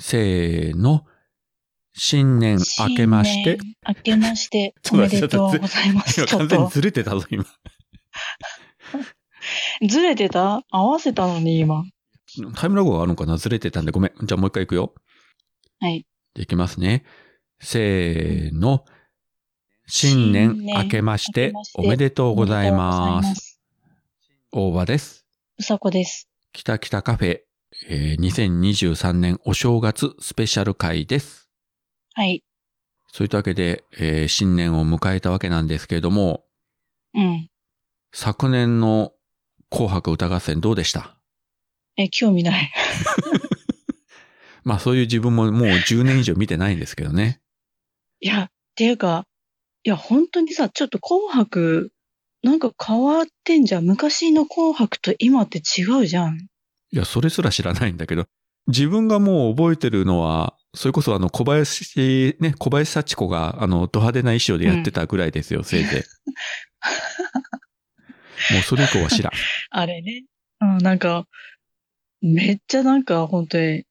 せーの。新年明けまして。新年明け まして、おめでとうございま今す。ち ょ完っ全にと、ずれてたぞ、今。ずれてた合わせたのに、今。タイムラグがあるのかなずれてたんで、ごめん。じゃあもう一回行くよ。はい。いきますね。せーの。新年明けまして新年明けましておめでとうございおめでとうごまざいす。す。大場です。うさこです。北北カフェ、えー2023年お正月スペシャル会です。はい。そういったわけで、えー新年を迎えたわけなんですけれども、うん。昨年の紅白歌合戦どうでしたえ、興味ない。 まあそういう自分ももう10年以上見てないんですけどね。いや、っていうか、いや、本当にさ、ちょっと紅白、なんか変わってんじゃん。昔の紅白と今って違うじゃん。いや、それすら知らないんだけど、自分がもう覚えてるのは、それこそあの小林、ね、小林幸子があのド派手な衣装でやってたぐらいですよ、せいぜい。もうそれ以降は 知らん。あれね。うん、なんか、めっちゃなんか、本当に、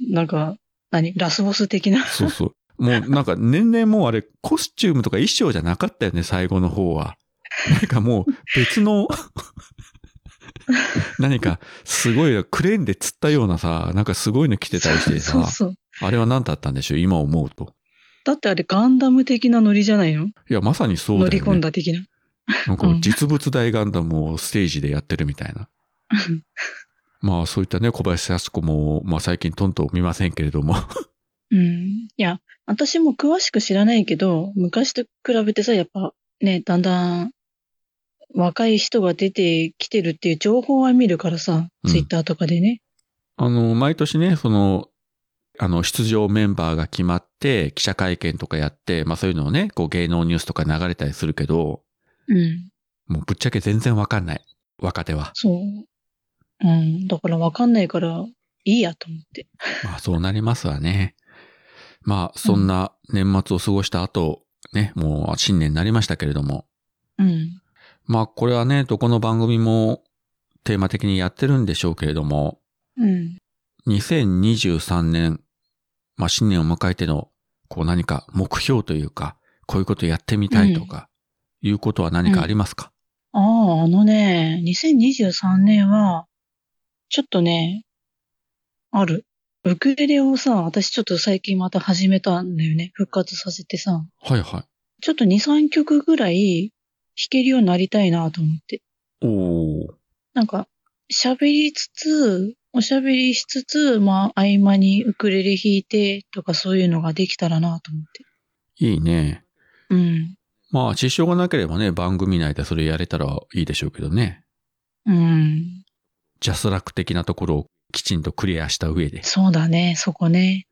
なんか、何ラスボス的 な。そうそう。もうなんか年々もうあれ、コスチュームとか衣装じゃなかったよね、最後の方は。なんかもう別の、何かすごいクレーンで釣ったようなさ、なんかすごいの着てたりしてそうさ、そう。あれは何だったんでしょう、今思うと。だってあれガンダム的なノリじゃないの、いや、まさにそうだ乗よね。り込んだ的な。 なんかうん実物大ガンダムをステージでやってるみたいな。まあそういったね、小林靖子も、まあ最近トントン見ませんけれども。 うん。いや、私も詳しく知らないけど、昔と比べてさ、やっぱね、だんだん若い人が出てきてるっていう情報は見るからさ、うんツイッターとかでね。あの、毎年ね、その、あの、出場メンバーが決まって、記者会見とかやって、まあそういうのをね、こう芸能ニュースとか流れたりするけど、うん。もうぶっちゃけ全然わかんない。若手は。そう。うん。だからわかんないから、いいやと思って。まあそうなりますわね。まあそんな年末を過ごした後、ね、もう新年になりましたけれども。うん。まあこれはね、どこの番組もテーマ的にやってるんでしょうけれども、うん。 2023年、まあ新年を迎えての、こう何か目標というか、こういうことやってみたいとか、いうことは何かありますか、ああ、あのね、2023年は、ちょっとね、ある。ウクレレをさ、私ちょっと最近また始めたんだよね。復活させてさ。はいはい。ちょっと2、3曲ぐらい弾けるようになりたいなと思って。おーなんか、喋りつつ、おしゃべりしつつ、まあ、合間にウクレレ弾いてとかそういうのができたらなと思って。いいね。うん。まあ支障がなければね、番組内でそれやれたらいいでしょうけどね。うん。ジャスラック的なところをきちんとクリアした上で。そうだね、そこね。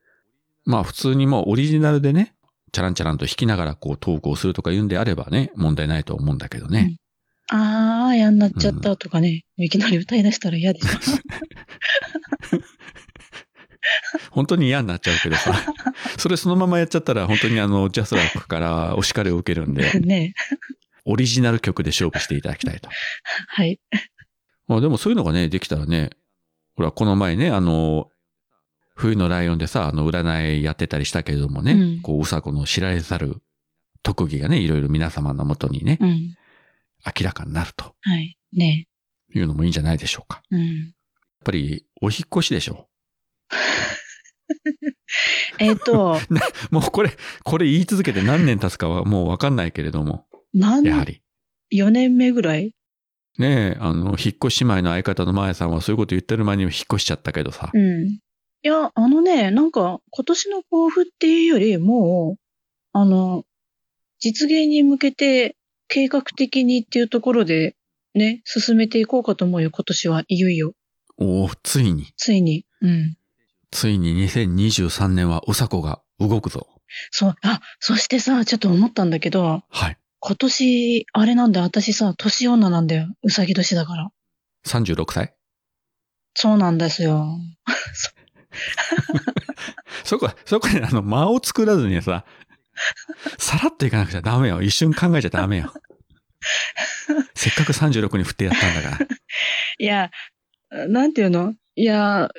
まあ普通にまあオリジナルでね、チャランチャランと弾きながらこう投稿するとか言うんであればね、問題ないと思うんだけどね。ああ、やんなっちゃったとかね。いきなり歌い出したら嫌 でしょ。本当に嫌になっちゃうけどさ。それそのままやっちゃったら本当にあの、ジャスラックからお叱りを受けるんで、ね。オリジナル曲で勝負していただきたいと。はい。まあでもそういうのがね、できたらね、ほら、この前ね、あの、冬のライオンでさ、あの、占いやってたりしたけれどもね、うんこう、うさこの知られざる特技がね、いろいろ皆様のもとにね、うん。明らかになるとはい。ね。いうのもいいんじゃないでしょうか。うん。やっぱり、お引っ越しでしょ。えっ、 と、もうこれ、これ言い続けて何年経つかはもうわかんないけれども、何やは年、り。 4年目ぐらいねえ、あの、引っ越し前の相方の前さんはそういうこと言ってる前にも引っ越しちゃったけどさ。うん。いや、あのね、なんか、今年の抱負っていうより、もう、あの、実現に向けて、計画的にっていうところで、ね、進めていこうかと思うよ、今年はいよいよ。おお、ついに、ついに。うん。ついに2023年はうさこが動くぞ。そう、あ、そしてさ、ちょっと思ったんだけど、はい。今年、あれなんだよ、私さ、年女なんだよ。うさぎ年だから。 36歳そうなんですよ。そこ、そこであの、間を作らずに さ、さらっといかなくちゃダメよ。一瞬考えちゃダメ よ。せっかく36に振ってやったんだ から。いや、なんていうのいや、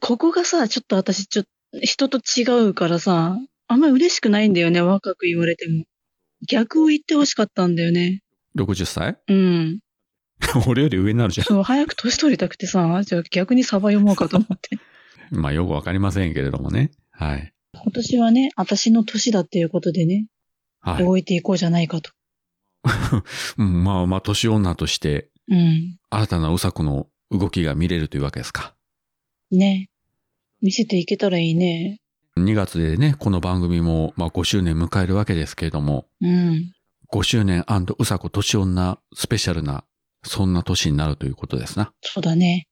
ここがさ、ちょっと私、ちょっ人と違うからさ、あんまり嬉しくないんだよね、若く言われても。逆を言ってほしかったんだよね。 60歳 うん。俺より上になるじゃそう、早く年取りたくてさ、じゃあ逆にサバ読もうかと思って。ん。まあよくわかりませんけれどもね。はい。 今年はね、私の年だっていうことでね、はい。動いていこうじゃないかと。うんまあまあ、年女として、うん。新たなうさこの動きが見れるというわけですか。ね。見せていけたらいいね。 2月でね、この番組も、まあ5周年迎えるわけですけれども、うん。 5周年うさこ年女スペシャルな、そんな年になるということですな。そうだね。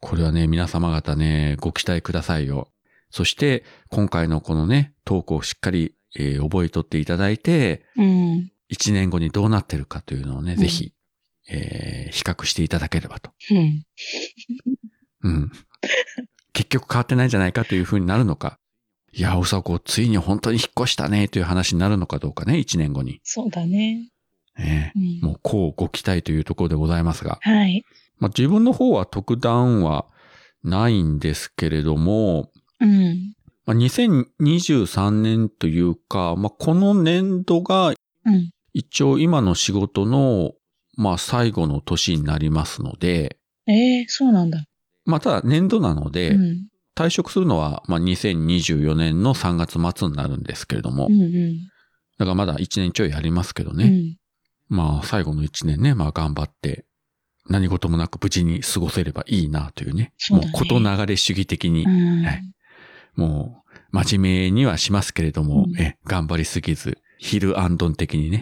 これはね、皆様方ね、ご期待くださいよ。そして、今回のこのね、トークをしっかり、えー覚えとっていただいて、うん。 1年後にどうなってるかというのをね、うんぜひ、えー比較していただければと。うん。うん。結局変わってないんじゃないかというふうになるのか。いや、うさこ、ついに本当に引っ越したね、という話になるのかどうかね、1年後に。そうだね。えうえもん。う、こうご期待というところでございますが。はい。まあ、自分の方は特段はないんですけれども、うん。まあ、2023年というか、まあ、この年度がうん。一応今の仕事の、まあ、最後の年になりますので、ええそうなんだ。まあ、ただ年度なので、うん。退職するのは、まあ、2024年の3月末になるんですけれどもう、んうん。だからまだ1年ちょいありますけどうね、ん。まあ、最後の1年ね、まあ、頑張って、何事もなく無事に過ごせればいいなというね、そうだねもうこと流れ主義的にう、ん。はいもう、真面目にはしますけれども、うんえ頑張りすぎず、昼アンドン的にうね、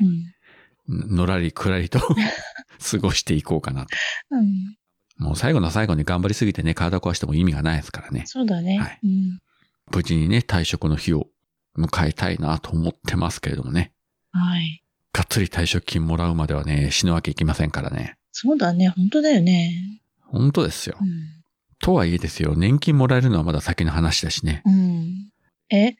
ん。のらりくらりと 過ごしていこうかなと。うん。もう最後の最後に頑張りすぎてね、体壊しても意味がないですからね。そうだね。はいうん。無事にね、退職の日を迎えたいなと思ってますけれどもね。はい。がっつり退職金もらうまではね、死ぬわけいきませんからね。そうだね。本当だよね。本当ですよう。ん。とはいえですよ、年金もらえるのはまだ先の話だしね。うん。え、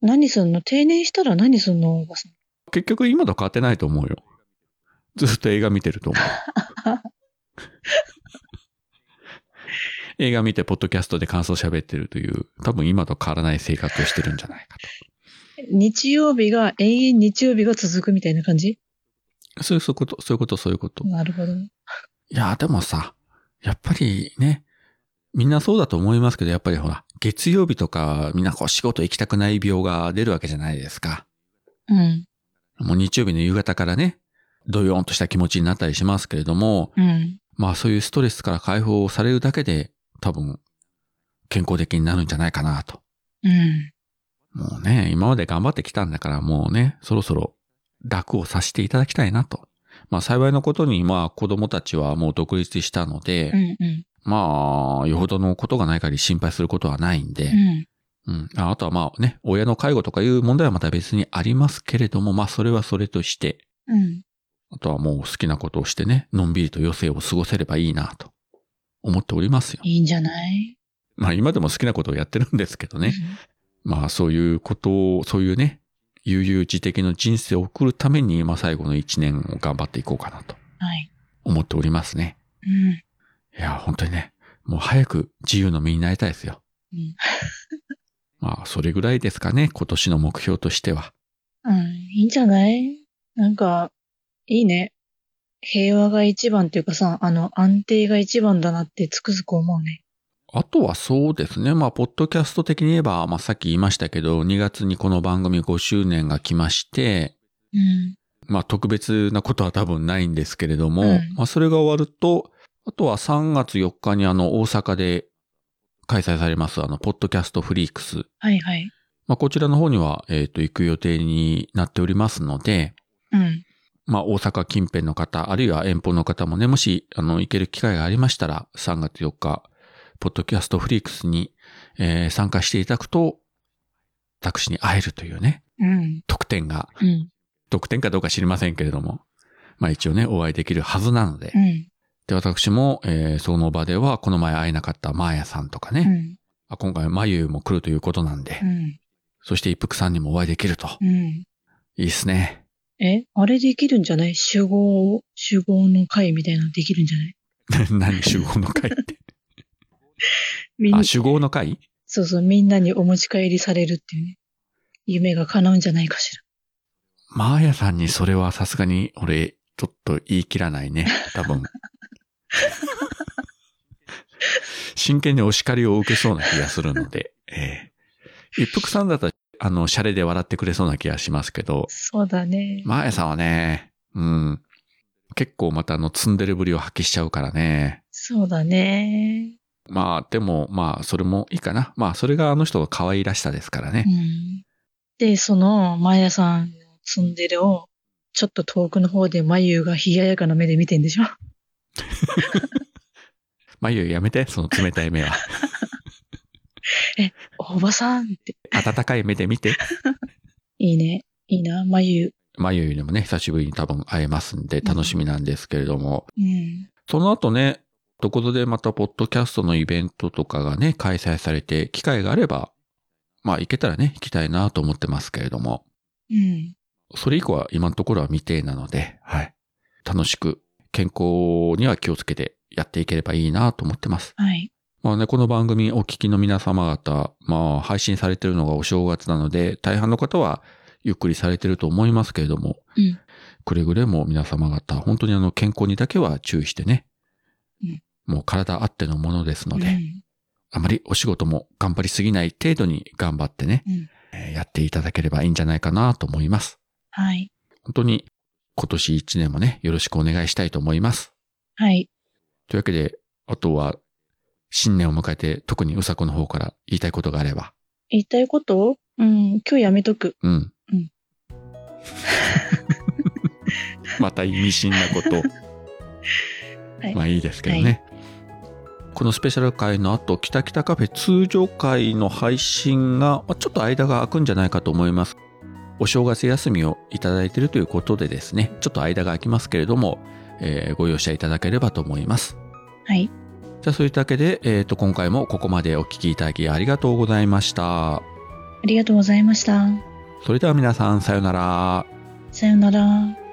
何すんの定年したら何すんのおばさん。結局今と変わってないと思うよ。ずっと映画見てると思う。映画見て、ポッドキャストで感想喋ってるという、多分今と変わらない生活をしてるんじゃないか日曜日が永遠日曜日が続くみたいな感じと。そういうこと、そういうこと、そういうこと。いなるほど。やー、でもさ、やっぱりね、みんなそうだと思いますけど、やっぱりほら、月曜日とか、みんなこう仕事行きたくない病が出るわけじゃないですか。うん。もう日曜日の夕方からね、ドヨーンとした気持ちになったりしますけれども、うん。まあそういうストレスから解放されるだけで多分健康的になるんじゃないかなと。うん。もうね、今まで頑張ってきたんだからもうね、そろそろ楽をさせていただきたいなと。まあ幸いのことにまあ子供たちはもう独立したので、うん。うん。まあよほどのことがない限り心配することはないんで、うん。うんああとはまあね、親の介護とかいう問題はまた別にありますけれども、まあそれはそれとして、うん。あとはもう好きなことをしてね、のんびりと余生を過ごせればいいなと思っておりますよ。いいんじゃないまあ今でも好きなことをやってるんですけどうんね。まあそういうことを、そういうね、悠々自適の人生を送るために今最後の一年を頑張っていこうかなとはい。思っておりますね。うん。いや、本当にね、もう早く自由の身になりたいですよ。うんまあそれぐらいですかね、今年の目標としては。うん。いいんじゃないなんか、いいね。平和が一番っていうかさ、あの、安定が一番だなってつくづく思うね。あとはそうですね。まあ、ポッドキャスト的に言えば、まあ、さっき言いましたけど、2月にこの番組5周年が来まして、うん。まあ特別なことは多分ないんですけれども、うんまあそれが終わると、あとは3月4日にあの大阪で開催されますあの、ポッドキャストフリークス。はいはい。まあこちらの方には、えっ、と、行く予定になっておりますので、うん。まあ大阪近辺の方、あるいは遠方の方もね、もし、あの、行ける機会がありましたら、3月4日、ポッドキャストフリークスに、えー参加していただくと、私に会えるというね、うん。特典がうん。得点かどうか知りませんけれども、まあ一応ね、お会いできるはずなので。うん。で、私も、えーその場では、この前会えなかったマーヤさんとかね、うん。あ今回マユも来るということなんで、うん。そして一服さんにもお会いできると。うん。いいっす ね。え、あれできるんじゃない集合、集合の会みたいなのできるんじゃない何、集合の会って。みんなあ、、集合の会そうそう、みんなにお持ち帰りされるっていうね。夢が叶うんじゃないかしら。マーヤさんにそれはさすがに俺、ちょっと言い切らないね。多分。真剣にお叱りを受けそうな気がするので。ええ一服さんだったら、あの、シャレで笑ってくれそうな気がしますけど、そうだね。マーヤさんはね、うん。結構またあの、ツンデレぶりを発揮しちゃうからね。そうだね。まあ、でも、まあ、それもいいかな。まあ、それがあの人の可愛らしさですからうね。ん。で、その、マヤさんのツンデレを、ちょっと遠くの方で眉が冷ややかな目で見てんでしょまあ、いいよやめて、その冷たい目は。 おばさんって。温かい目で見て。いいね。いいな、眉。まゆゆにもね、久しぶりに多分会えますんで、楽しみなんですけれども。うん。その後ね、どこぞでまたポッドキャストのイベントとかがね、開催されて、機会があれば、まあ行けたらね、行きたいなと思ってますけれども、うん。それ以降は今のところは未定なので、はい。楽しく、健康には気をつけてやっていければいいなと思ってます。はい。まあね、この番組お聞きの皆様方、まあ配信されてるのがお正月なので、大半の方はゆっくりされてると思いますけれども、うんくれぐれも皆様方、本当にあの健康にだけは注意してね、うんもう体あってのものですので、うんあまりお仕事も頑張りすぎない程度に頑張ってね、うんえーやっていただければいいんじゃないかなと思います。はい。本当に今年一年もね、よろしくお願いしたいと思います。はい。というわけで、あとは、新年を迎えて、特にうさこの方から言いたいことがあれば。言いたいことうん。今日やめとく。うん。うん、 また意味深なこと。はいまあいいですけどね。このスペシャル回の後、キタキタカフェ通常回の配信が、まあちょっと間が空くんじゃないかと思います。お正月休みをいただいているということでですね、ちょっと間が空きますけれども、えーご容赦いただければと思います。はい。じゃあそういったわけで、えっ、と、今回もここまでお聞きいただきありがとうございました。ありがとうございました。それでは皆さん、さようなら。さよなら。